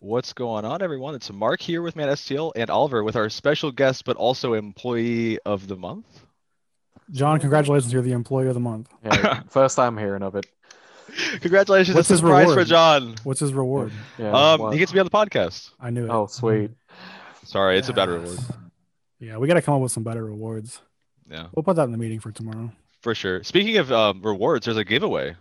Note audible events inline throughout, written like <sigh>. What's going on, everyone? It's Mark here with Matt STL and Oliver with our special guest, but also employee of the <laughs> month. John, congratulations, you're the employee of the month. Yeah, first time hearing of it. Congratulations! it's What's a his surprise for reward? John. What's his reward? Yeah, Um, what- he gets to be on the podcast. I knew it. oh, sweet. Sorry, it's a bad reward. Yes. Yeah, we got to come up with some better rewards. Yeah, We'll put that in the meeting for tomorrow. for sure. Speaking of um, rewards, there's a giveaway.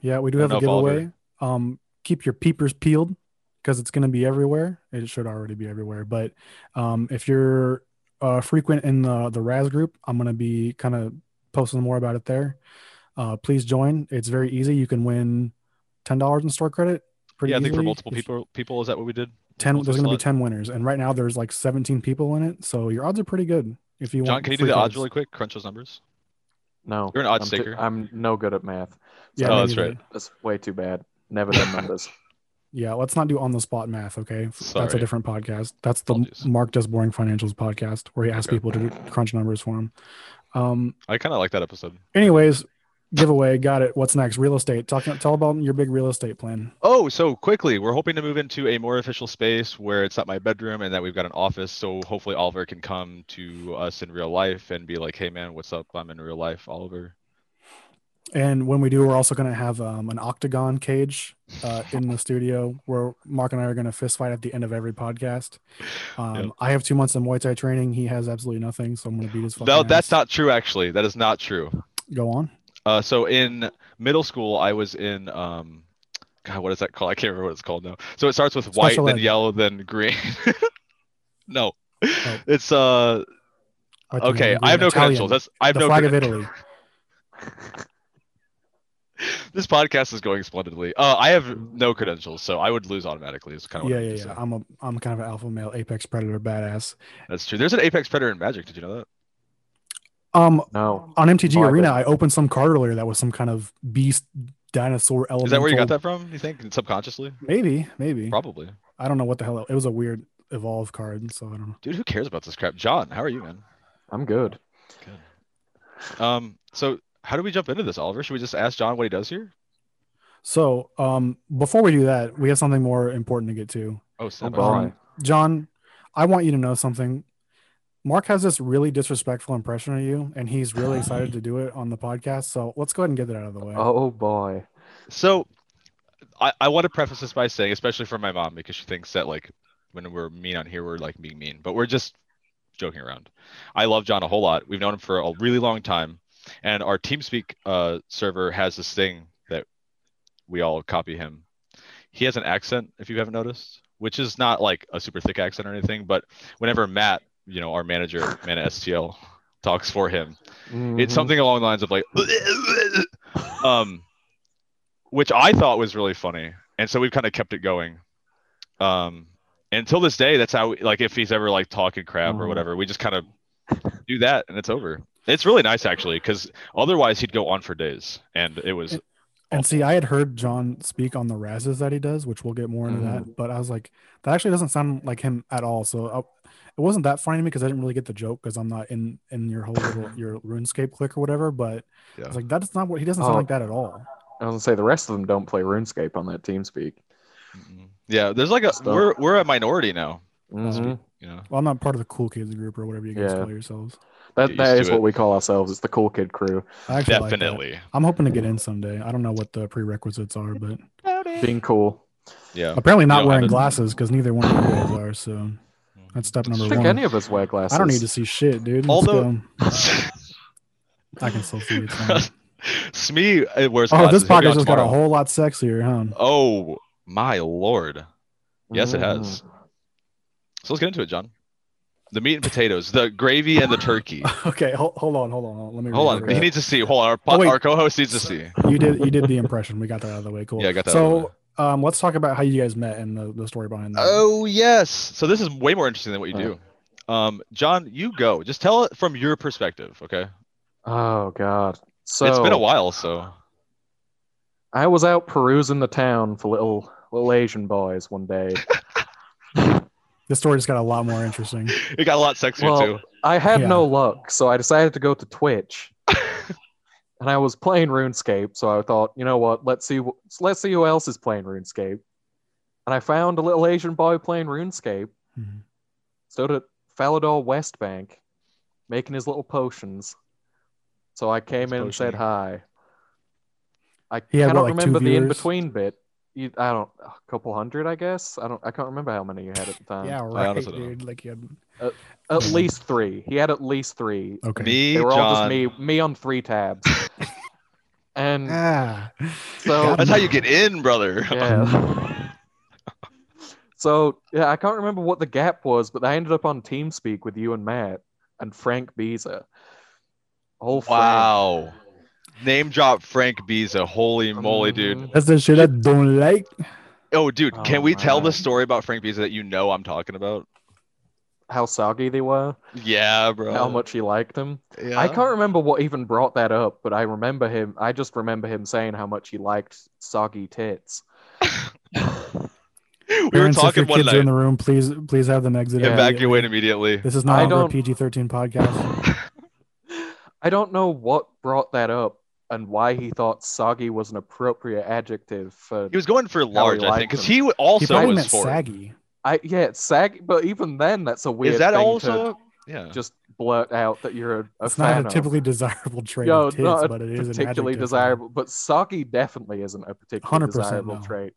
Yeah, we do I have a know, Oliver. giveaway. Um, keep your peepers peeled because it's going to be everywhere. It should already be everywhere. But um, if you're uh, frequent in the the Raz group, I'm going to be kind of posting more about it there. Uh, please join. It's very easy. You can win ten dollars in store credit. Pretty yeah, I think for easily. multiple If- people. People, is that what we did? Ten. There's going to be slot. ten winners, and right now there's like 17 people in it. So your odds are pretty good. If you John, want, can you do free the odds cards. really quick? Crunch those numbers. No, You're an odds I'm too- taker. I'm no good at math. Yeah, Oh, me that's neither. right. That's way too bad. Never done numbers. Yeah, let's not do on the spot math, okay? F- That's a Sorry. different podcast. That's the Apologies. Mark Does Boring Financials podcast where he asks Okay. people to do- crunch numbers for him. Um, I kind of like that episode. anyways, giveaway, got it. What's next? Real estate. Talk, tell about your big real estate plan. Oh, so quickly, we're hoping to move into a more official space where it's not my bedroom and that we've got an office. So hopefully Oliver can come to us in real life and be like, "Hey, man, what's up? I'm in real life, Oliver." And when we do, we're also going to have um, an octagon cage uh, in the studio where Mark and I are going to fist fight at the end of every podcast. Um, Yep. I have two months of Muay Thai training. He has absolutely nothing, so I'm going to beat his fucking No, that's ass. not true. Actually, that is not true. Go on. Uh, so in middle school, I was in um, God, what is that called? I can't remember what it's called now. So it starts with white, Special then ed. yellow, then green. <laughs> no, it's uh I think okay. I'm I have no Italian. credentials. That's I have the no flag of creden- Italy. <laughs> This podcast is going splendidly. Uh, I have no credentials, so I would lose automatically. Is kind of yeah, what I mean yeah, to yeah. say. I'm a I'm kind of an alpha male apex predator badass. That's true. There's an apex predator in Magic. Did you know that? Um No, on MTG Oh, I Arena, bet. I opened some card earlier that was some kind of beast dinosaur element. Is that where you got that from? You think subconsciously? Maybe, maybe. Probably. I don't know what the hell it was a weird evolve card, so I don't know. Dude, who cares about this crap? John, how are you, man? I'm good. Um, so how do we jump into this, Oliver? Should we just ask John what he does here? So um before we do that, we have something more important to get to. Oh, snap, Oh, I forgot. Why? Um, John, I want you to know something. Mark has this really disrespectful impression of you, and he's really excited to do it on the podcast. So let's go ahead and get that out of the way. Oh boy. So I, I want to preface this by saying, especially for my mom, because she thinks that like when we're mean on here, we're like being mean, but we're just joking around. I love John a whole lot. We've known him for a really long time. And our TeamSpeak uh, server has this thing that we all copy him. He has an accent, if you haven't noticed, which is not like a super thick accent or anything, but whenever Matt, you know, our manager, Matt at STL, talks for him, it's Mm-hmm. Mhm. something along the lines of like <laughs> um which i thought was really funny and so we've kind of kept it going um until this day that's how like if he's ever like talking crap or Mm-hmm. Mhm. whatever we just kind of do that and it's over it's really nice actually because otherwise he'd go on for days and it was And see, I had heard John speak on the razzes that he does, which we'll get more into Mm. that. But I was like, that actually doesn't sound like him at all. So I, it wasn't that funny to me because I didn't really get the joke because I'm not in in your whole <laughs> little your RuneScape click or whatever. But Yeah. it's like that's not what he doesn't sound Oh. like that at all. I was gonna say the rest of them don't play RuneScape on that TeamSpeak. Mhm. yeah there's like a Stuff. we're we're a minority now Mhm. you know Well, I'm not part of the cool kids group or whatever you guys Yeah. call yourselves. Get That that used is to what it. we call ourselves. It's the cool kid crew. I actually like that. definitely I'm hoping to get in someday. I don't know what the prerequisites are, but Being cool. yeah apparently You not don't wearing have to- glasses because neither one of you guys are. So that's step I number don't think one. any of us wear glasses. I don't need to see shit, dude. Let's Although- go. <laughs> I can still see it. it's fine. smee uh, wears Oh, glasses. this He'll be on podcast just got a tomorrow. whole lot sexier, huh? <laughs> Oh my lord. Yes, it has. Mm. Mhm. So let's get into it, John. The meat and potatoes, the gravy and the <laughs> turkey. Okay, hold, hold on, hold on, hold on. Let me Hold reorder on, he that. needs to see. Hold on, our, Oh, po- wait. our co-host needs to see. You did, you did the impression. We got that out of the way. Cool. Yeah, I got that out of the way. So, um, let's talk about how you guys met and the, the story behind that. Oh yes. So this is way more interesting than what you Oh. do. Um, John, you go. Just tell it from your perspective, okay? Oh god. So it's been a while, so <laughs> I was out perusing the town for little little Asian boys one day. This story just got a lot more interesting. it got a lot sexier Well, too. I had Yeah. no luck, so I decided to go to Twitch. and I was playing RuneScape, so I thought, you know what? Let's see wh- let's see who else is playing RuneScape. and I found a little Asian boy playing RuneScape. Mhm. Stood at Falador West Bank, making his little potions. So I came His in and said potioning. hi. I He had, what, cannot like, two remember the in viewers? between bit. You, I don't a couple hundred, I guess. I don't. I can't remember how many you had at the time. yeah, Uh, I right, honestly don't know. dude. Like you had At least three. He had at least three. okay. Mm-hmm. Me, They were John. all just me, me on three tabs. <laughs> and Ah. So- That's how you get in, brother. <laughs> yeah. <laughs> so yeah, I can't remember what the gap was, but I ended up on TeamSpeak with you and Matt and Frank Beezer. Whole Frank. Wow. Name drop Frank Biza. Holy moly, dude. Mhm. That's the shit I don't like. Oh, dude, Oh, can we tell man. the story about Frank Biza that you know I'm talking about? How soggy they were. Yeah, bro. How much he liked them. Yeah. I can't remember what even brought that up, but I remember him. I just remember him saying how much he liked soggy tits. We were Parents, if talking your one kids are in night. the room, please please have them exit. Yeah. immediately. Evacuate immediately. This is I not a don't- <laughs> PG-13 podcast. I don't know what brought that up and why he thought soggy was an appropriate adjective for He was going for large, I liked think, because him. he w- he also probably was meant for. saggy. I yeah, it's saggy, but even then that's a weird Is that thing also? Yeah. to just blurt out that you're a, a It's fan not a of. typically desirable trait Yo, of it's kids, not a but it is an particularly adjective. desirable, but soggy definitely isn't a 100% particularly desirable no. trait.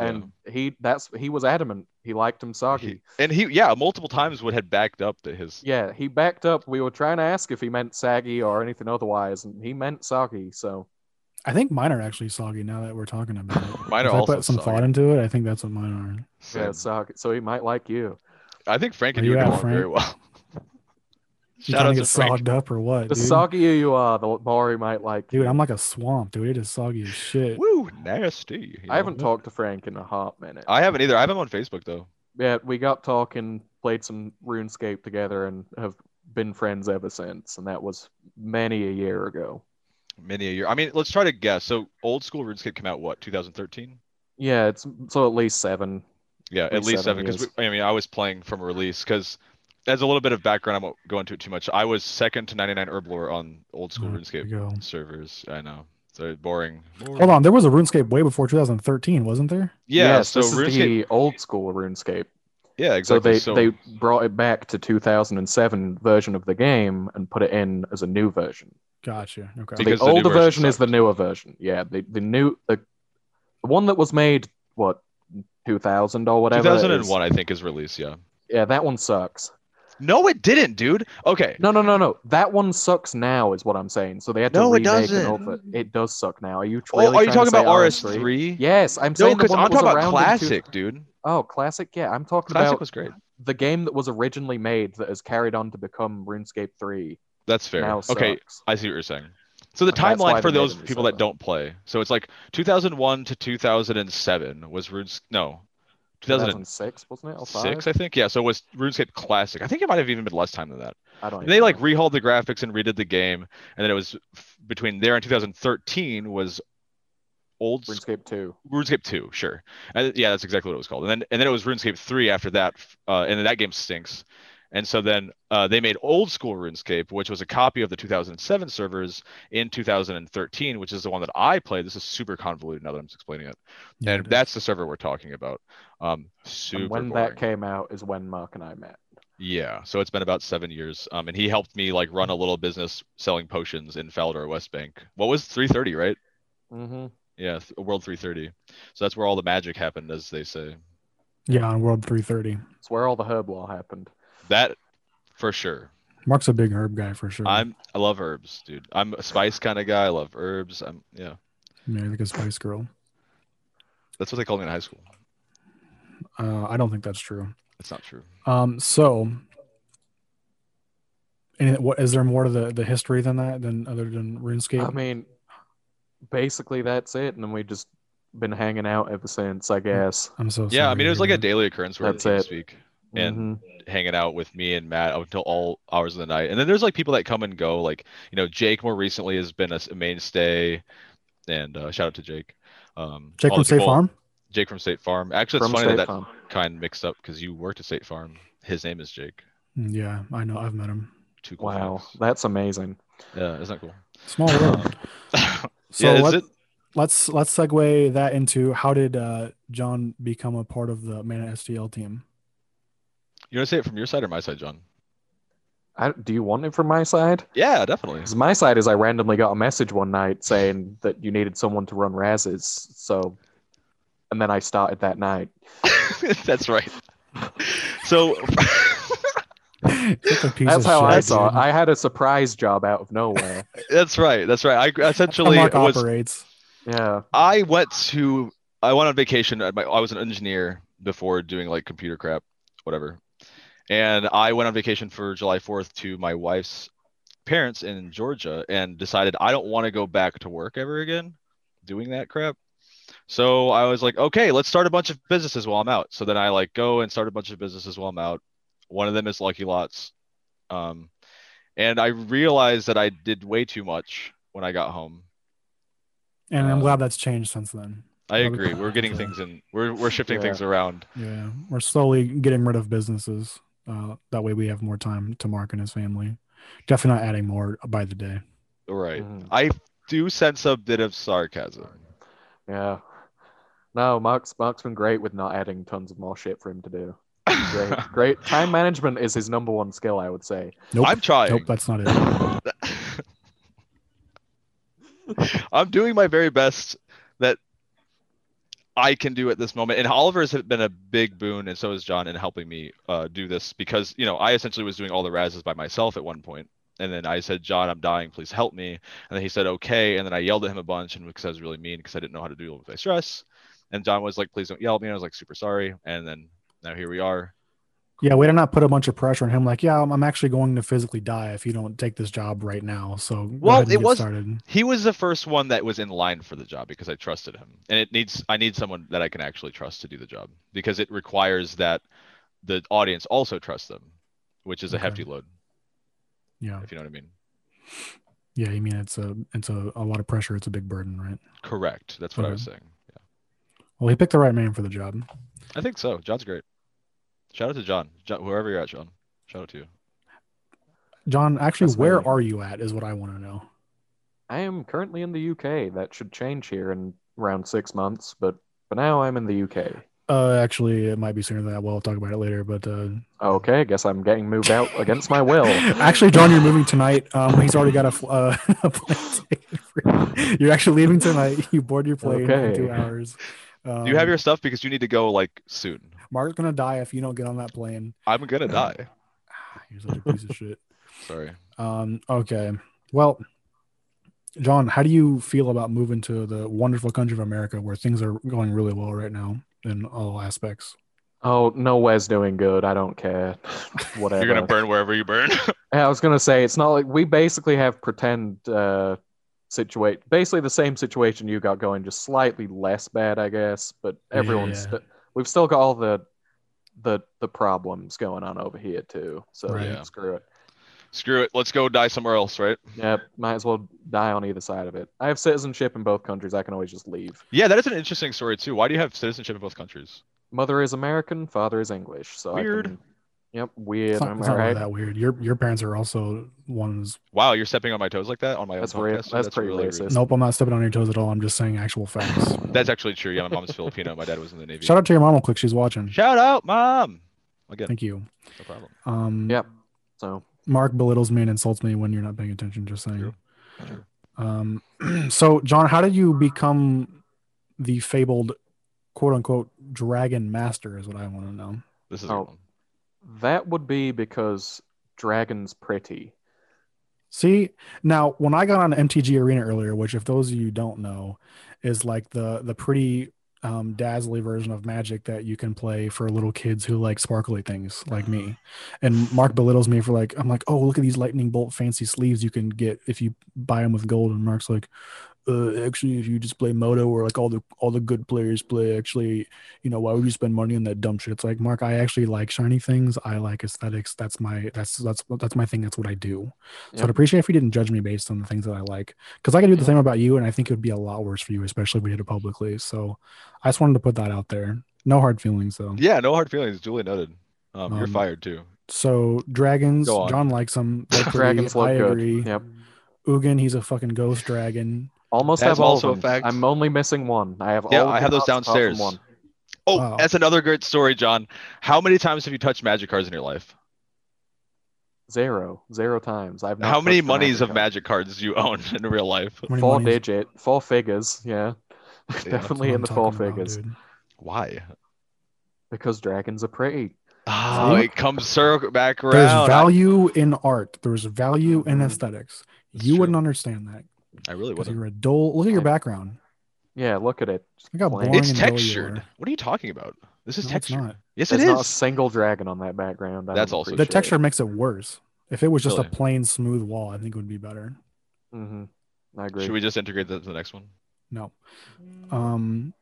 Yeah. And he that's he was adamant he liked him soggy. and he, yeah, multiple times would had backed up that his. yeah, he backed up. We were trying to ask if he meant saggy or anything otherwise, and he meant soggy. So I think mine are actually soggy now that we're talking about it. Mine If are I also put some soggy. thought into it. I think that's what mine are. yeah, Same. soggy. So he might like you. I think Frank and Where you you would at, get along Frank? very <laughs> well. You Shout trying out to to get Frank. sogged up or what, The dude? soggier you are, the more he might like dude, you. I'm like a swamp, dude. It is soggy as shit. Woo, nasty. you I haven't know? talked to Frank in a hot minute. I haven't either. I have him on Facebook though. yeah, we got talking, played some RuneScape together, and have been friends ever since. And that was many a year ago. Many a year. I mean, let's try to guess. So, old school RuneScape came out what 2013? Yeah, it's so at least seven. Yeah, At at least least seven seven. Because I mean, I was playing from release. Because as a little bit of background, I won't go into it too much. I was second to 99 Herblore on old school Oh, There RuneScape you go. servers. I know. So boring. Hold on, there was a RuneScape way before 2013, wasn't there? Yeah. yes, so this is RuneScape. the old school RuneScape. Yeah, exactly. So they, they brought it back to 2007 version of the game and put it in as a new version. Gotcha. Okay. So Because the the new older version version, is the sucked. newer version. Yeah, the, the new the, the one that was made what 2000 or whatever. it is. 2001, I think, is release. Yeah. Yeah, that one sucks. No, it didn't, dude. Okay. No, no, no, no. That one sucks now is what I'm saying. So they had to No, it remake doesn't. and alter. It does suck now. Are you Oh, really are you trying talking to about say RS3? Yes, I'm No, saying the because one I'm that was talking about around in two- classic, dude. Oh, classic. Yeah, I'm talking Classic about was great. the game that was originally made that has carried on to become RuneScape 3. That's fair. Now okay, sucks. I see what you're saying. So the Like, that's why timeline for they made those them people that separate. don't play. So it's like 2001 to 2007 was Runes. No, 2006, 2006, wasn't it? Or five? I think. Yeah. So it was RuneScape Classic. I think it might have even been less time than that. I don't. And even they like know. rehauled the graphics and redid the game, and then it was f- between there and 2013 was old Sc- RuneScape 2. RuneScape 2, sure. And, yeah, that's exactly what it was called. And then and then it was RuneScape 3 after that, f- uh, and then that game stinks. And so then uh, they made old school RuneScape, which was a copy of the 2007 servers in 2013, which is the one that I played. This is super convoluted now that I'm explaining it. Yeah, and it is. that's the server we're talking about. Um, super And when boring. that came out is when Mark and I met. Yeah, so it's been about seven years. Um, and he helped me like run a little business selling potions in Falador West Bank. What was 330, right? Mm-hmm. Yeah, th- World 330. So that's where all the magic happened, as they say. yeah, on World 330. It's where all the herb law happened. That for sure. Mark's a big herb guy for sure. I'm I love herbs, dude. I'm a spice kind of guy. I love herbs. I'm yeah. yeah, like a Spice Girl. That's what they called me in high school. Uh, I don't think that's true. That's not true. Um, so, any, what is there more to the, the history than that than other than RuneScape? I mean, basically that's it, and then we just been hanging out ever since, I guess. I'm so yeah, I sorry mean it to was hear like a that. daily occurrence where That's we it. speak And- Mhm. hanging out with me and Matt up until all hours of the night. And then there's like people that come and go. Like you know, Jake more recently has been a, s- a mainstay. And uh, shout out to Jake. Um, Jake all from the State people- Farm. Jake from State Farm. Actually, it's From funny State that Farm. that kind mixed up because you worked at State Farm. His name is Jake. Mm, Yeah, I know. I've met him. Two cool Wow, facts. that's amazing. <laughs> Yeah, isn't that cool? Small world. <laughs> So yeah, is let, it? let's let's segue that into how did uh, John become a part of the Mana STL team? <laughs> You want to say it from your side or my side, John? I, do you want it from my side? Yeah, definitely. <laughs> Because my side is I randomly got a message one night saying that you needed someone to run Razes. So, and then I started that night. That's right. So <laughs> Such a piece of That's how I shit, saw it. dude. I had a surprise job out of nowhere. <laughs> that's right. That's right. I That's how essentially Mark was operates. yeah. I went to I went on vacation. At my, I was an engineer before doing like computer crap, whatever. And I went on vacation for July 4th to my wife's parents in Georgia and decided I don't want to go back to work ever again doing that crap. So I was like, okay, let's start a bunch of businesses while I'm out. So then I like go and start a bunch of businesses while I'm out. One of them is Lucky Lots. Um, and I realized that I did way too much when I got home. And I'm Uh, glad that's changed since then. I Probably agree. put We're it getting into- things in. We're we're shifting Yeah. things around. Yeah, we're slowly getting rid of businesses. Uh, that way, we have more time to Mark and his family. Definitely not adding more by the day. Right. Mhm. I do sense a bit of sarcasm. Yeah. No, Mark's Mark's been great with not adding tons of more shit for him to do. <laughs> Great, great. Time management is his number one skill, I would say. Nope. <laughs> I'm trying. nope, that's not it. I'm doing my very best that I can do at this moment. And Oliver's has been a big boon, and so has John in helping me uh, do this because you know I essentially was doing all the razzes by myself at one point, and then I said, "John, I'm dying. Please help me." And then he said, "Okay." And then I yelled at him a bunch, and because I was really mean, because I didn't know how to deal with my stress. And John was like, "Please don't yell at me." And I was like, "Super sorry." And then now here we are. Yeah, we did not put a bunch of pressure on him. Like, yeah, I'm, I'm actually going to physically die if you don't take this job right now. So, go Well, ahead and it get was- started. He was the first one that was in line for the job because I trusted him, and it needs I need someone that I can actually trust to do the job because it requires that the audience also trust them, which is a Okay. hefty load, Yeah, if you know what I mean. yeah. You mean it's a it's a, a lot of pressure. It's a big burden, right? Correct. That's what I Mm-hmm. was saying. Yeah, Well, he picked the right man for the job. I think so. John's great. Shout out to John, John wherever you're at, John. Shout out to you. John, actually, That's where amazing. are you at? Is what I want to know. I am currently in the UK. That should change here in around six months, but for now I'm in the UK. Uh, actually, it might be sooner than that. We'll talk about it later. But uh, Okay, guess I'm getting moved out against my will. <laughs> actually, John, you're moving tonight. Um, he's already got a, fl- uh, <laughs> a plane ticket. for- You're actually leaving tonight. <laughs> You board your plane in Okay. two hours. Um, Do you have your stuff because you need to go like soon? Mark's gonna die if you don't get on that plane. <sighs> I'm gonna die. You're such a piece of shit. Sorry. Um, okay. Well, John, how do you feel about moving to the wonderful country of America where things are going really well right now in all aspects? Oh, nowhere's doing good. I <laughs> don't care. Whatever. You're gonna burn wherever you burn. Yeah, I was gonna say it's not like we basically have pretend uh situate basically the same situation you got going, just slightly less bad, I guess. But Yeah, everyone's yeah. st- we've still got all the the the problems going on over here too. So Right. Yeah. screw it. <laughs> Screw it. Let's go die somewhere else, right? Yeah, might as well die on either side of it. I have citizenship in both countries. I can always just leave. Yeah, that is an interesting story too. Why do you have citizenship in both countries? Mother is American, father is English. So I Weird. can- yep, weird. It's not, am it's I not really right? that weird. Your your parents are also ones. Wow, you're stepping on my toes like that on my own That's podcast. ra- too? that's pretty really racist. Nope, I'm not stepping on your toes at all. I'm just saying actual facts. rude. That's actually true. Yeah, my mom's Filipino. My dad was in the Navy. Shout out to your mom, real quick. She's watching. Shout out, mom. Again, Thank you. no problem. Um, Yep. So Mark belittles me and insults me when you're not paying attention. Just saying. True. True. Um, <clears throat> so John, how did you become the fabled, quote unquote, dragon master? Is what I want to know. This is Oh. a good one. that would be because Dragon's pretty. See, now when I got on MTG Arena earlier, which if those of you don't know, is like the the pretty um, dazzly version of Magic that you can play for little kids who like sparkly things like me. And Mark belittles me for like I'm like, oh look at these lightning bolt fancy sleeves you can get if you buy them with gold. And Mark's like, uh, actually, if you just play Moto or like all the all the good players play, actually, you know, why would you spend money on that dumb shit? It's like Mark, I actually like shiny things. I like aesthetics. That's my that's that's that's my thing. That's what I do. So I'd Yep. appreciate if you didn't judge me based on the things that I like, because I could do the same about you, and I think it would be a lot worse for you, especially if we did it publicly. So I just wanted to put that out there. No hard feelings though. Yeah, no hard feelings. Duly noted. Um, you're Um, fired too. So dragons, Go on. John likes them. They're pretty. Dragons look I good. agree. Yep. Ugin, he's a fucking ghost dragon. Almost That's have all also a of them. fact. I'm only missing one. I have Yeah, all. of I the have those cards apart from downstairs. One. Oh, Wow. that's another great story, John. How many times have you touched magic cards in your life? Zero. Zero times. I've not How many touched an monies of Africa. magic cards do you own <laughs> in real life? How many Four monies? digit, four figures. Yeah, <laughs> that's That's what definitely in I'm the four talking about, figures dude. Why? because dragons are pretty. Oh, See? it comes circle back around. There's I- value in art. There's value in Mhm. aesthetics. That's you true. wouldn't understand that I really because wouldn't. you're a dull. Look at your I- background. Yeah, look at it. Look how Blank. boring It's and dull you textured. are. What are you talking about? This is No, it's textured. not. Yes, There's it not a is. single dragon on that background. I That's don't also The Appreciate texture makes it worse. If it was just Really? a plain smooth wall, I think it would be better. <laughs> Mm-hmm. I agree. Should we just integrate that to the next one? No. Um.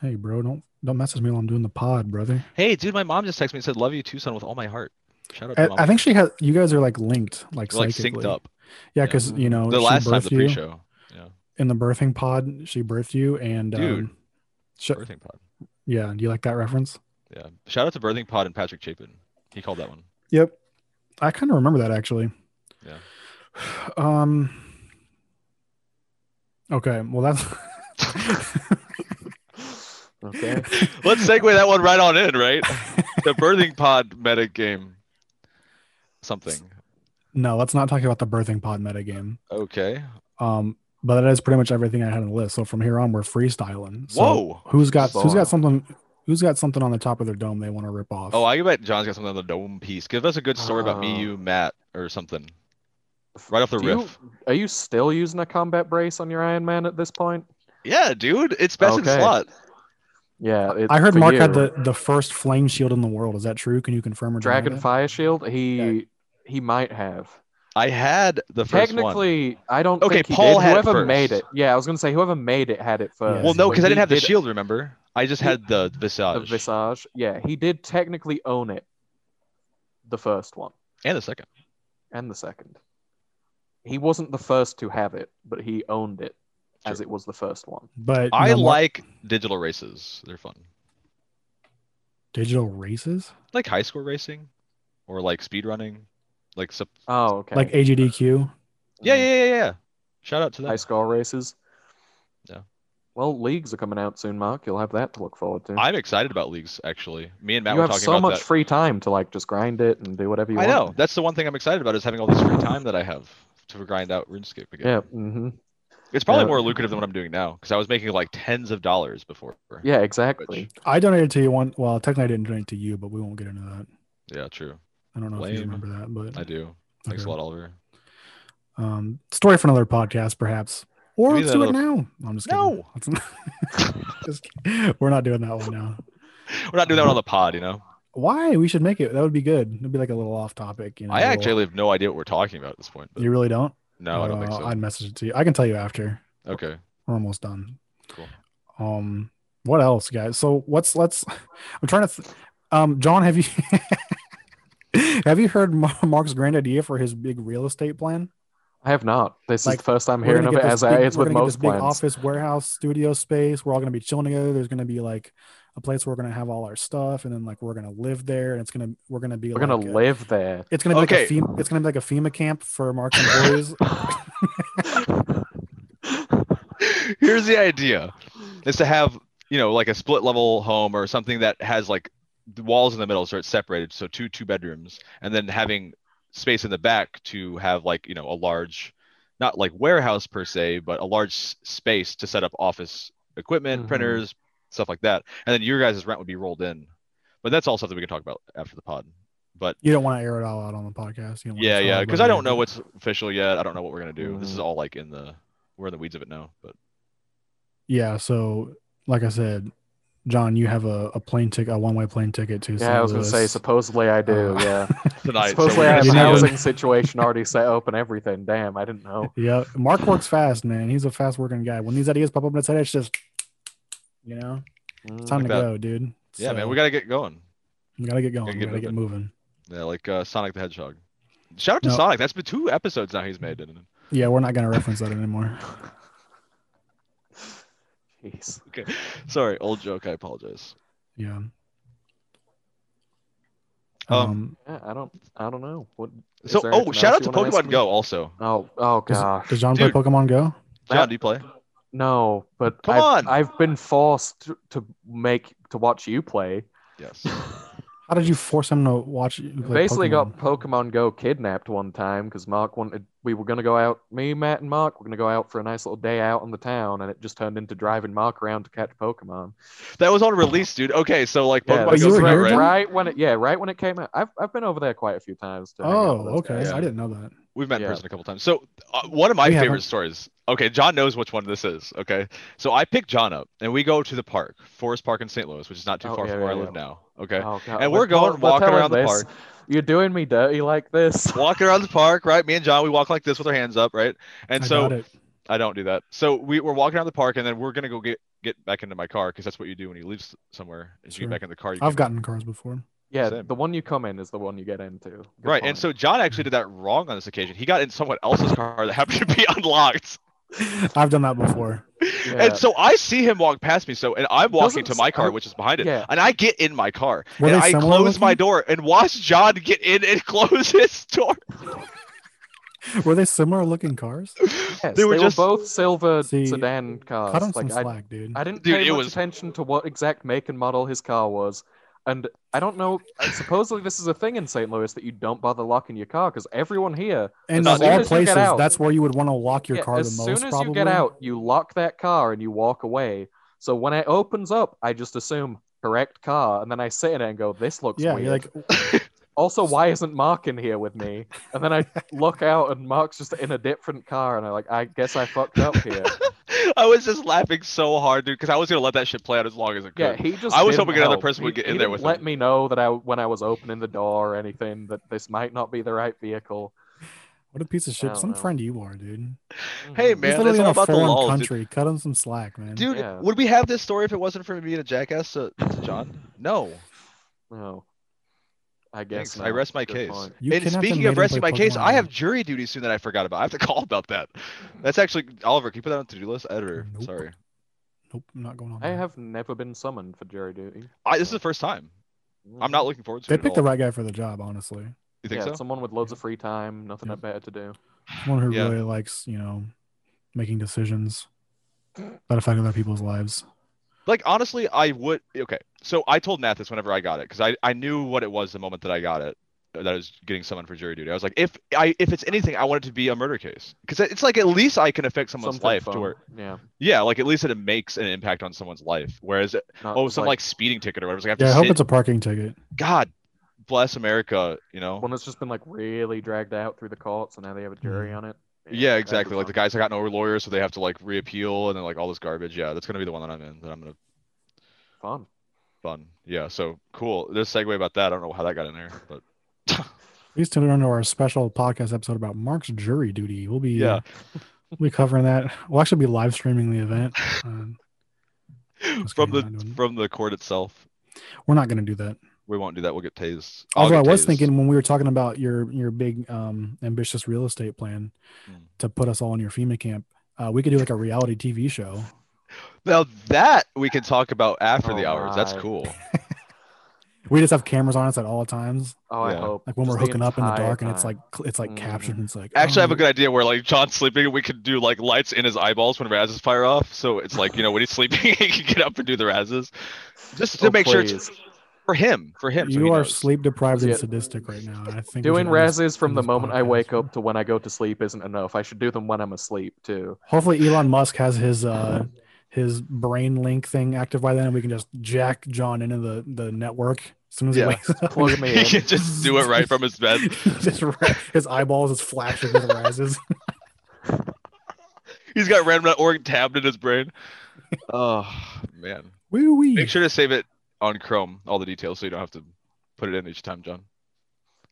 Hey, bro, don't don't message me while I'm doing the pod, brother. Hey, dude, my mom just texted me and said, "Love you, Tucson, with all my heart." Shout out to I, mom. I think she has. You guys are like linked, like We're, like psychically. synced up. Yeah, Yeah. because you know The she last time birthed the you pre-show. Yeah, in the birthing pod. She birthed you, and Dude. um, sh- birthing pod. yeah. Do you like that reference? Yeah. Shout out to birthing pod and Patrick Chapin. He called that one. <laughs> Yep. I kind of remember that actually. Yeah. <sighs> Um. Okay. Well, that's. <sighs> <laughs> okay. Let's segue that one right on in, <laughs> right? the birthing pod meta game. Something. no, let's not talk about the birthing pod metagame. Okay. Um, but that is pretty much everything I had on the list. So from here on, we're freestyling. So uh, Whoa. Who's got Spot who's on. got something? Who's got something on the top of their dome they want to rip off? Oh, I bet John's got something on the dome piece. Give us a good story about Uh, me, Oh. you, Matt, or something. Right off the Do you- riff. are you still using a combat brace on your Iron Man at this point? Yeah, dude. It's best in Okay. slot. Yeah. It, I heard for Mark had you. the, the first flame shield in the world. Is that true? Can you confirm or deny dragon that? fire shield. He he might have. I had the first one. Technically, I don't. Okay, think he Paul did. had it whoever first. made it. Yeah, I was gonna say whoever made it had it first. Well, no, but because I he didn't have the did- shield, remember? I just had the visage. The visage. Yeah, he did technically own it. The first one And the second. and the second. He wasn't the first to have it, but he owned it as it was the first one. But you I know, Mark- like digital races. They're fun. digital races, Like high score racing or like speed running. Like, sup- Oh, okay. like AGDQ. yeah, yeah, yeah, yeah, yeah. Shout out to them. Mm-hmm. High score races. Yeah. Well, leagues are coming out soon, Mark. You'll have that to look forward to. I'm excited about leagues, actually. Me and Matt you were have talking so about much that. free time to like just grind it and do whatever you I want. know. That's the one thing I'm excited about is having all this free time that I have to grind out RuneScape again. Yeah. hmm It's probably Yeah. more lucrative than what I'm doing now because I was making like tens of dollars before. Yeah. Exactly. I donated to you one. Well, technically I didn't donate to you, but we won't get into that. Yeah, true. I don't know if you Lame. remember that, but I do. Thanks Okay. a lot, Oliver. um, story for another podcast, perhaps. Or Maybe let's do it that'll- now. No, I'm just kidding. No. Let's- <laughs> Just kidding. We're not doing that one now. We're not doing that on the pod, you know. Why? We should make it. That would be good. It'd be like a little off topic. You know, I a little- actually have no idea what we're talking about at this point. but- You really don't? no, I don't think Uh, so. I'd message it to you. I can tell you after. Okay. <laughs> We're almost done. Cool. Um, what else, guys? So what's let's? <laughs> I'm trying to. Th- um, John, have you <laughs> have you heard Mar- Mark's grand idea for his big real estate plan? I have not. This Like, is the first I'm We're hearing gonna of get it. this As I, big- it's we're with gonna get this most big plans. office warehouse studio space. We're all gonna be chilling together. There's gonna be like a place where we're gonna have all our stuff, and then like we're gonna live there, and it's gonna we're gonna be We're like uh, gonna a- <laughs> live there. <laughs> It's gonna be Okay. like a FEMA, it's gonna be like a FEMA camp for Mark's <laughs> employees. Here's the idea: is to have you know like a split level home or something that has like the walls in the middle, so it's separated, so two two bedrooms, and then having space in the back to have like you know a large, not like warehouse per se, but a large s- space to set up office equipment, Mhm. printers, stuff like that, and then your guys' rent would be rolled in. But that's all something we can talk about after the pod. But you don't want to air it all out on the podcast. You don't wanna yeah, tell yeah, because everybody I don't know everything. what's official yet. I don't know what we're gonna do. This is Mhm. all like in the we're in the weeds of it now. But yeah so like i said john you have a, a plane ticket a one-way plane ticket to St. Yeah, I was gonna say. Louis. Supposedly I do. Uh, yeah. <laughs> tonight, so Supposedly we're gonna I You have a see know- how- housing situation already set up and everything. Damn, I didn't know. yeah mark works fast man he's a fast working guy when these ideas pop up in his head it's just you know <laughs> it's time Like to that. go dude Yeah, man, So, we gotta get going. we gotta get going gotta we get gotta get moving Yeah, like uh, Sonic the Hedgehog. Shout out to No. Sonic. That's been two episodes now he's made. Isn't it? <laughs> yeah we're not gonna reference that anymore Mm. Jeez. Okay, sorry, old joke. I apologize. yeah um, Um, Yeah, I don't. I don't know. What? Is So, there oh, anything shout out else to you wanna ask Pokemon me? Go also. Oh, oh does, gosh. does john play Dude. pokemon go John, That- do you play? No, but Come I've, on. I've been forced to- to make to watch you play. Yes. How did you force him to watch? You play Basically, Pokemon? got Pokemon Go kidnapped one time because Mark wanted. We were gonna go out. Me, Matt, and Mark were gonna go out for a nice little day out in the town, and it just turned into driving Mark around to catch Pokemon. That was on release, dude. Okay, so like Yeah, Pokemon but that's you Go's were out, here, right? John? right when it yeah right when it came out. I've I've been over there quite a few times. to hang out Oh, with those okay. guys. guys. I didn't know that. We've met Yeah. in person a couple times. So uh, one of my We favorite haven't. stories. Okay, John knows which one this is. Okay, so I pick John up and we go to the park, Forest Park in St. Louis, which is not too Oh, far yeah, from yeah, where I yeah. live now. Okay, Oh, God. And we're We're going, tell- we're walking telling around the this. park. You're doing me dirty <laughs> like this. walking around the park, right? Me and John, we walk like this with our hands up, right? And I so got it. I don't do that. So we were walking around the park, and then we're gonna go get get back into my car because that's what you do when you leave s- somewhere. Is you Sure. get back in the car. You I've get- gotten cars <laughs> before. Yeah, Same. the one you come in is the one you get into. Good right, and point. so John actually did that wrong on this occasion. He got in someone else's car that happened to be <laughs> unlocked. I've done that before. Yeah. And so I see him walk past me. So, and I'm walking to Doesn't- my car, I- which is behind it. yeah. And I get in my car. Were and they I similar close my looking? door and watch John get in and <laughs> close his door. Were they similar looking cars? Yes, they were just- both silver See, sedan cars. Cut him uh, like some I, slack, dude. I didn't Dude, pay it much was- attention to what exact make and model his car was. And I don't know. Supposedly, this is a thing in St. Louis that you don't bother locking your car because everyone here, and No, of as soon all as you get places, out- that's where you would want to lock your yeah, car the as most. soon as probably. you get out, you lock that car and you walk away. So when it opens up, I just assume correct car, and then I sit in it and go, "This looks yeah, weird." you're like, also, why isn't Mark in here with me? And <laughs> then I look out, and Mark's just in a different car, and I'm like, "I guess I fucked up here." I was just laughing so hard, dude, because I was gonna let that shit play out as long as it could. Yeah, he just. I was didn't hoping another help. person He- would get he in there didn't with let him. me know that I when I was opening the door or anything that this might not be the right vehicle. what a piece of I shit. don't Some know. friend you are, dude. Hey, man, He's Mhm. that's literally in all a about the foreign laws, dude. country. Cut him some slack, man. Dude, Yeah. would we have this story if it wasn't for me being a jackass to, to John? No. No, I guess Thanks. I not. rest my Good case. point. You and kidnapped and speaking made him of resting play my case, Pokemon I Go. have jury duty soon that I forgot about. I have to <laughs> call about that. That's actually Oliver. Can you put that on to do list? Editor. Nope. Sorry. Nope, I'm not going on. I that. have never been summoned for jury duty. I, this is the first time. I'm not looking forward to They it. at picked the all. right guy for the job, honestly. You think yeah, so? someone with loads of free time, nothing Yeah. better to do. Someone who Yeah. really likes, you know, making decisions that affect other people's lives. Like honestly, I would. Okay, so I told Nat this whenever I got it because I, I knew what it was the moment that I got it that I was getting summoned for jury duty. I was like, if I if it's anything, I want it to be a murder case because it's like at least I can affect someone's Something life fun. to where Yeah. yeah, like at least it makes an impact on someone's life. Whereas not oh, just some like, speeding ticket or whatever, it's like, I have Yeah, I to hope sit- it's a parking ticket. God bless America, you know. one that's just been like really dragged out through the courts, and now they have a jury on it. Mm. Yeah, that'd be exactly. Like the fun. guys that got no lawyers, so they have to like reappeal and then like all this garbage. Yeah, that's gonna be the one that I'm in. That I'm gonna Fun. fun. Yeah, so cool. There's a segue about that. I don't know how that got in there, but Please tune in to our special podcast episode about Mark's jury duty. We'll be Yeah. we'll be covering that. We'll actually be live streaming the <sighs> event. Um, Just from kidding, the we're not doing- from the court itself, we're not going to do that. we won't do that. We'll get tased. I'll Although I get was tased. thinking when we were talking about your your big um, ambitious real estate plan Hmm. to put us all in your FEMA camp, uh, we could do like a reality TV show. now that we can talk about after the Oh hours. That's my. cool. We just have cameras on us at all times, Oh, I Yeah. hope. like when Just we're hooking up in the entire dark, and it's like time. cl- it's like Mhm. captioned. It's like Hmm. Actually, I have a oh, good idea where like John's sleeping, we could do like lights in his eyeballs when Razzes fire off. So it's like you know when he's sleeping, <laughs> he can get up and do the Razzes, just to Oh, make sure it's please. for him. For him, so he You are knows. sleep deprived and Yeah. sadistic right now. and I think we Doing should end this- razzes from end the this moment I podcast. wake up to when I go to sleep isn't enough. I should do them when I'm asleep <laughs> too. Hopefully, Elon Musk has his uh his brain link thing active by then, and we can just jack John into the the network as soon as Yeah. he wakes up. <laughs> Plug me <laughs> He in. can just do it right from his bed. just ra- his eyeballs is flashing with rises. <laughs> He's got random.org tabbed in his <laughs> brain. Oh man. Woo wee. Make sure to save it on Chrome, all the details, so you don't have to put it in each time, John.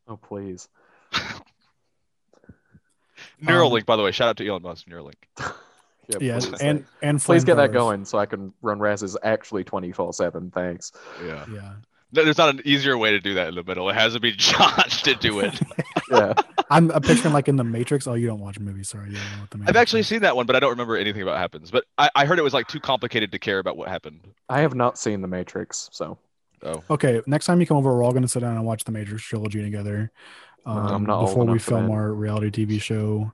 Oh please. Neuralink, by the way, shout out to Elon Musk, Neuralink. Yeah, Yeah, please. and and please get that flamethrowers. going so I can run razzes actually 24/7. Thanks. Yeah. Yeah, No, there's not an easier way to do that in the middle. It has to be <laughs> John to do it. <laughs> Yeah. I'm I'm picturing like in the Matrix. Oh, you don't watch movies, sorry. You don't know what the I've Matrix actually is. seen that one, but I don't remember anything about what happens. But I, I heard it was like too complicated to care about what happened. I have not seen The Matrix, so Oh. Okay, next time you come over, we're all going to sit down and watch the Matrix trilogy together. Um, I'm not old before we enough for film that. our reality TV show.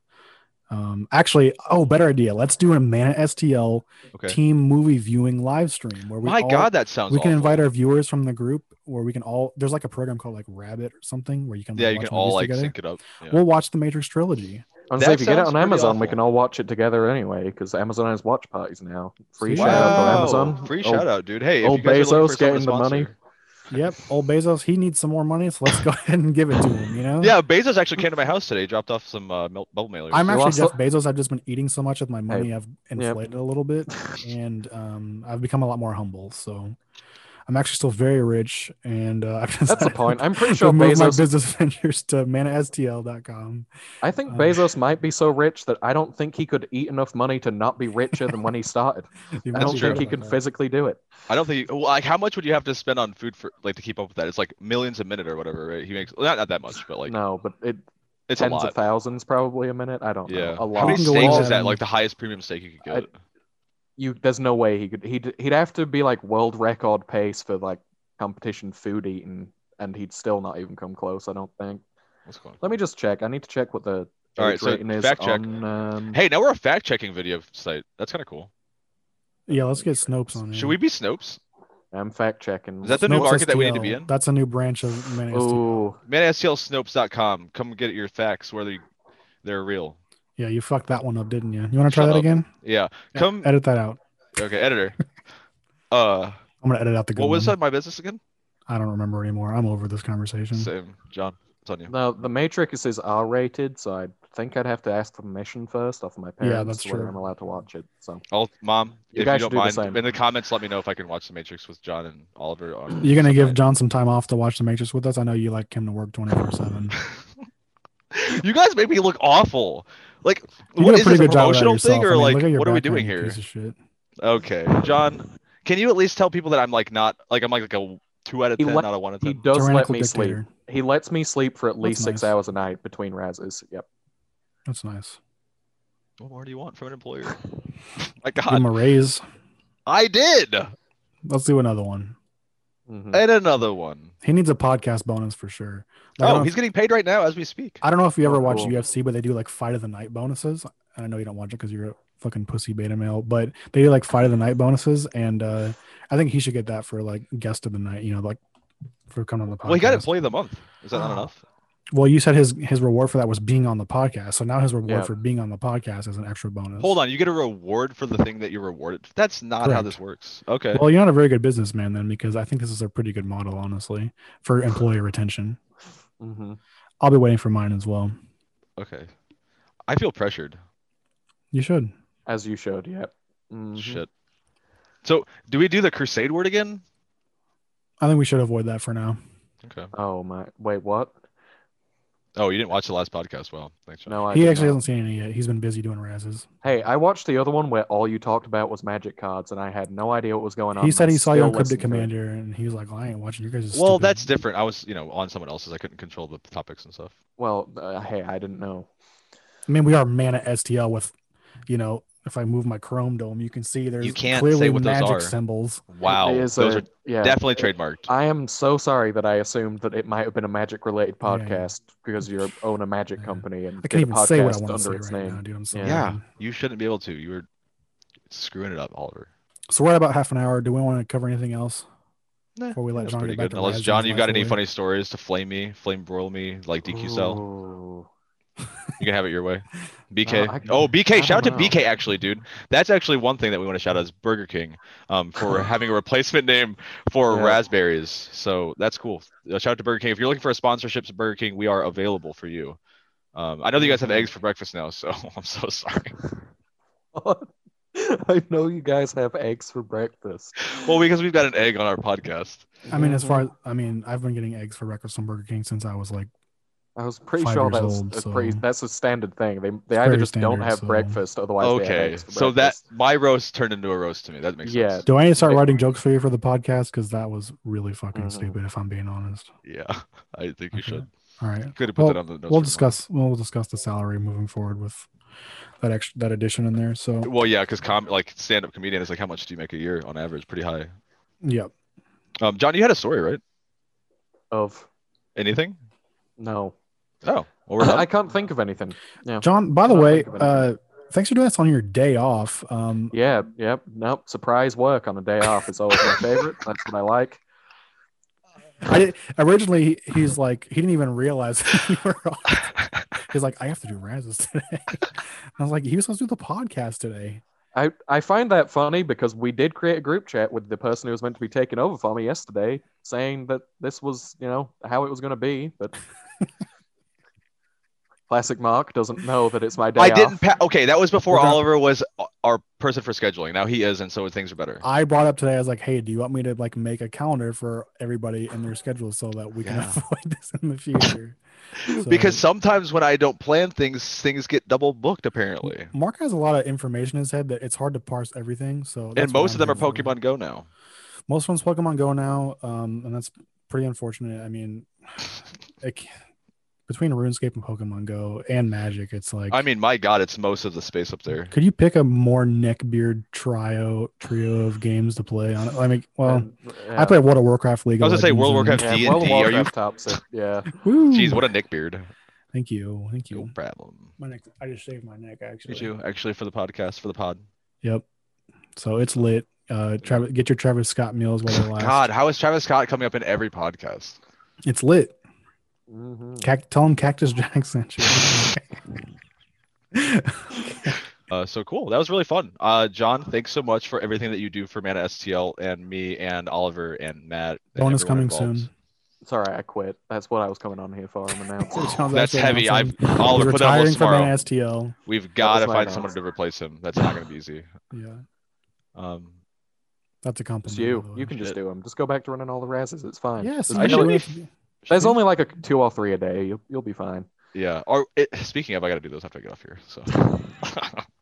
Um, actually, oh, better idea. Let's do a Man at STL Okay. team movie viewing live stream where we My all- God, that sounds. we can awful. invite our viewers from the group, or we can all. There's like a program called like Rabbit or something where you can Yeah, like, you watch can all movies like together. sync it up. Yeah. We'll watch the Matrix trilogy. Honestly, That if you get it sounds on pretty Amazon, we awful. can all watch it together anyway because Amazon has watch parties now. Free Wow. shout out to Wow, Amazon. Free Oh, shout <laughs> out, dude. Hey, if old you guys are looking for Bezos getting someone to the money. sponsor- Yep, old Bezos, he needs some more money, so let's go <laughs> ahead and give it to him. You know. Yeah, Bezos actually came to my house today. Dropped off some uh, mil- bubble mailers. I'm You actually also- Jeff Bezos. I've just been eating so much with my money, I've inflated a little bit, and um, I've become a lot more humble. So I'm actually still very rich, and uh, <laughs> I've <laughs> That's the decided point. I'm pretty to sure move my Bezos. business <laughs> ventures to manastl.com. I think um, Bezos might be so rich that I don't think he could eat enough money to not be richer than when he started. You I That's don't true. think he can physically do it. I don't think. Well, like, how much would you have to spend on food for like to keep up with that? It's like millions a minute or whatever, right? He makes well, not not that much, but like no, but it it's a tens lot. of thousands probably a minute. I don't yeah. know. A How lot. many You can go steaks all is that? in. Like the highest premium steak you could get. you there's no way he could he'd he'd have to be like world record pace for like competition food eating and he'd still not even come close i don't think What's going on? let me just check i need to check what the All right, age so rating is fact check. on, um, Hey, now we're a fact checking video site. That's kind of cool. Yeah, let's get Snopes on. Should here. we be Snopes? i'm fact checking Is that the new Snopes market that we need to be STL. in? That's a new branch of manastl. oh ManSTLSnopes.com. Come get your facts whether you- they're real. Yeah, you fucked that one up, didn't you? You want to try Shut that up. again? Yeah. Yeah, Come. edit that out. Okay, editor. Uh, I'm gonna edit out the good what was one. that? My business again? I don't remember anymore. I'm over this conversation. Same, John. It's on you. now the matrix is r-rated so i think i'd have to ask permission first off my parents that's whether true. i'm allowed to watch it so I'll, Mom, You if you guys don't should do the mind, same. in the comments, let me know if I can watch The Matrix with John and Oliver. On You're gonna give sometime. John some time off to watch The Matrix with us. I know you like him to work 24 <laughs> seven. you guys make me look awful. Like, You what is did a pretty this a good job. at that promotional yourself. thing, I or mean, like, look at your what are we background, doing you here? Piece of shit. Okay, John, can you at least tell people that I'm like not like I'm like, like a two out of He ten, le- not a one out of he ten? does let Tyrannical me sleep dictator. he lets me sleep for at least six nice. hours a night between razzes yep That's nice. What more do you want from an <sighs> employer? <laughs> My Give him God, a raise. I did, Let's do another one. Mhm. and another one. He needs a podcast bonus for sure. Like, I, Oh, don't, he's getting paid right now as we speak. I don't know if you ever Oh, watched cool. UFC, but they do like fight of the night bonuses. And I know you don't watch it because you're a fucking pussy beta male, but they do like fight of the night bonuses. And uh, I think he should get that for like guest of the night. You know, like for coming on the podcast. Well, he got employee of the month. Is that not enough? Well, you said his his reward for that was being on the podcast. So now his reward Yeah. for being on the podcast is an extra bonus. Hold on, you get a reward for the thing that you're rewarded. That's not how Correct. this works. Okay. Well, you're not a very good businessman then, because I think this is a pretty good model, honestly, for employee retention. Mm-hmm. Mhm. I'll be waiting for mine as well. Okay. I feel pressured. You should. as you showed yep Mm-hmm. Mhm. Shit. So, do we do the crusade word again? I think we should avoid that for now. Okay. Oh my! Wait, what? Oh, you didn't watch the last podcast. Well, thanks. John. No, I he did actually not. hasn't seen any yet. He's been busy doing razzes. Hey, I watched the other one where all you talked about was magic cards, and I had no idea what was going on. he and said I he saw you still on Cryptic listened to it. Commander, and he was like, "Well, "I ain't watching you guys." Well, stupid." that's different. I was, you know, on someone else's. I couldn't control the topics and stuff. Well, uh, hey, I didn't know. I mean, we are mana STL with, you know, if I move my Chrome dome, you can see there's can't clearly say what those magic are. symbols. Wow, It those is are a- yeah. definitely trademarked. I am so sorry that I assumed that it might have been a magic-related Yeah, yeah. podcast because you own a magic Yeah. company and I can't did a even say what I podcast want to say under right its now, name. dude. I'm sorry. Um, yeah, you shouldn't be able to. You were screwing it up, Oliver. So we're at about half an hour. Do we want to cover anything else Nah, before we let That's John pretty get back good. to Unless Razzie's John, you got last any word? funny stories to flame me, flame broil me, like DQ cell? Ooh. You can have it your way. BK. I- oh, I BK. Shout out don't to know. BK, actually, dude. That's actually one thing that we want to shout out is Burger King um, <laughs> for having a replacement name for Yeah. raspberries. So that's cool. Uh, shout out to Burger King. If you're looking for a sponsorship to Burger King, we are available for you. Um, I know that you guys have eggs for breakfast now, so <laughs> I'm so sorry. <laughs> I know you guys have eggs for breakfast. Well, because we've got an egg on our <laughs> podcast. I mean, as Mm-hmm. far as I mean, I've been getting eggs for breakfast from Burger King since I was like, I was pretty five sure years that was old, a pretty, so- that's a standard thing. They they It's either very just don't standard, have so- breakfast, otherwise they have Okay, eggs for so that breakfast. my roast turned into a roast to me. That makes Yeah. sense. "Do I need to start Hey. writing jokes for you for the podcast?" Because that was really fucking Mm-hmm. Mhm. stupid. If I'm being honest. Yeah, <laughs> I think you Okay. should. All right, Could have put that on the. notes for we'll tomorrow. discuss. We'll discuss the salary moving forward with that extra that addition in there. So, Well, yeah, because com- like stand-up comedian is like, how much do you make a year on average? Pretty high. yeah, Um, John, you had a story, right? of Anything? no. Oh, Well, we're done. I can't think of anything. John, by the Can't way, think of anything. uh, thanks for doing this on your day off. Um, Yeah, yep. Nope. Surprise work on a day off is always my favorite. That's what I like. I did, originally he's like he didn't even realize <laughs> that you were off. He's like, I have to do Razzies today. <laughs> I was like, he was supposed to do the podcast today. I, I find that funny because we did create a group chat with the person who was meant to be taking over for me yesterday, saying that this was, you know, how it was going to be. <laughs> But classic Mark doesn't know that it's my day I off. didn't. Pa- okay, that was before We're done. Oliver was our person for scheduling. Now he is, and so things are better. I brought up today. I was like, hey, do you want me to like make a calendar for everybody and their schedule so that we can Yeah. <laughs> avoid this in <laughs> the future? So- because sometimes when I don't plan things, things get double booked. Apparently, Mark has a lot of information in his head that it's hard to parse everything. So that's and what most of I'm them are here for. Pokemon Go now. Most of them's Pokemon Go now, um, and that's pretty unfortunate. <laughs> I mean, it, ca- between RuneScape and Pokemon Go and Magic, it's like I mean, my God, it's most of the space up there. could you pick a more neckbeard trio trio of games to play on? I mean, well, And, yeah. I play World of Warcraft League. I was of gonna say World of Legends, Warcraft and- D&D, Yeah, World of are you- Warcraft tops it. <laughs> Yeah. Woo! Jeez, what a neck beard. Thank you, thank No you. problem. My neck, I just shaved my neck actually. Did you actually for the podcast for the pod? Yep. So it's lit. Uh, Travis, get your Travis Scott meals while they last. God, how is Travis Scott coming up in every podcast? It's lit. hmm Cact- tell him Cactus <laughs> Jackson. <laughs> Uh, so cool. That was really fun. Uh, John, thanks so much for everything that you do for Mana STL and me and Oliver and Matt. and Bonus coming everyone involved. soon. It's all right. I quit. That's what I was coming on here for. I'm announcing. Sounds That's actually heavy. awesome. I've <laughs> Oliver put He's that on the retiring list from tomorrow. an STL. We've got to my find announcement. someone to replace him. That's not going to be easy. Yeah, Um, that's a compliment. by It's you. the way. You can just Shit. do them. Just go back to running all the razzes. It's fine. Yeah, There's see, I you should only- know, be- if- there's only like a two or three a day. You'll, you'll be fine. yeah. Or it, speaking of, I got to do those after I get off here. <laughs> So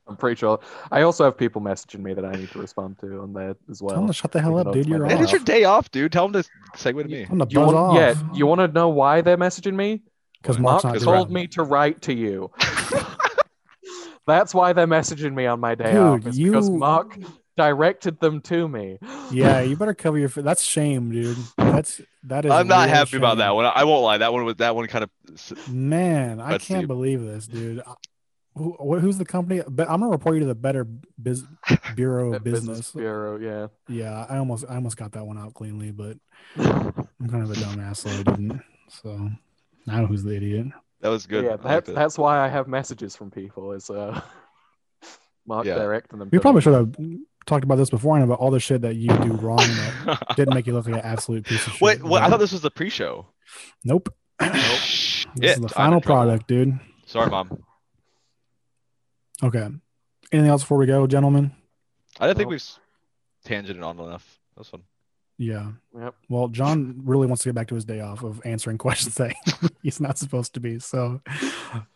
I'm pretty sure. I also have people messaging me that I need to respond to on there as well. tell him to shut the hell even up, though dude. it's my You're day it is off. your day off, dude. Tell him to segue to me. I'm gonna You buzz want, off. yeah, you want to know why they're messaging me? because Mark Mark's not told doing me to write to <laughs> you. That's why they're messaging me on my it. day off. dude. is You Because Mark directed them to me. Yeah, you better cover your. fa- That's shame, dude. That's that is. I'm not real happy about shame. that one. I won't lie. That one was that one kind of. Man, I Let's can't see. believe this, dude. I- Who, wh- who's the company? But I'm gonna report you to the Better Biz- Bureau That of Business. Bureau, yeah. Yeah, I almost I almost got that one out <laughs> cleanly, but I'm kind of a dumbass, so I didn't. So now who's the idiot? That was good. Yeah, I liked that's it. that's why I have messages from people is uh <laughs> Mark Yeah. directing them. We to probably me. should have talked about this before and about all the shit that you do wrong that didn't make you look like an absolute piece of <laughs> shit. Wait, what? I but thought this was the pre-show. Nope. <laughs> Nope. This Shit, is I'm the in final trouble. product, dude. Sorry, mom. Okay. Anything else before we go, gentlemen? I don't think Nope. we've s- tangented on enough. That's fun. Yeah. Yep. Well, John really wants to get back to his day off of answering <laughs> questions that he's not supposed to be. So,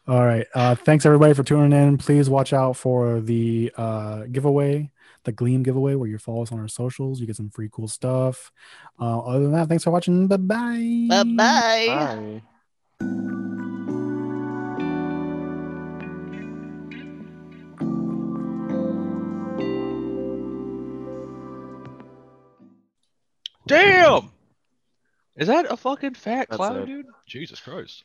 all right. Uh, thanks everybody for tuning in. Please watch out for the uh, giveaway, the Gleam giveaway, where you follow us on our socials. You get some free cool stuff. Uh, other than that, thanks for watching. Bye bye. Bye. Damn. Is that a fucking fat That's cloud, it. dude? Jesus Christ.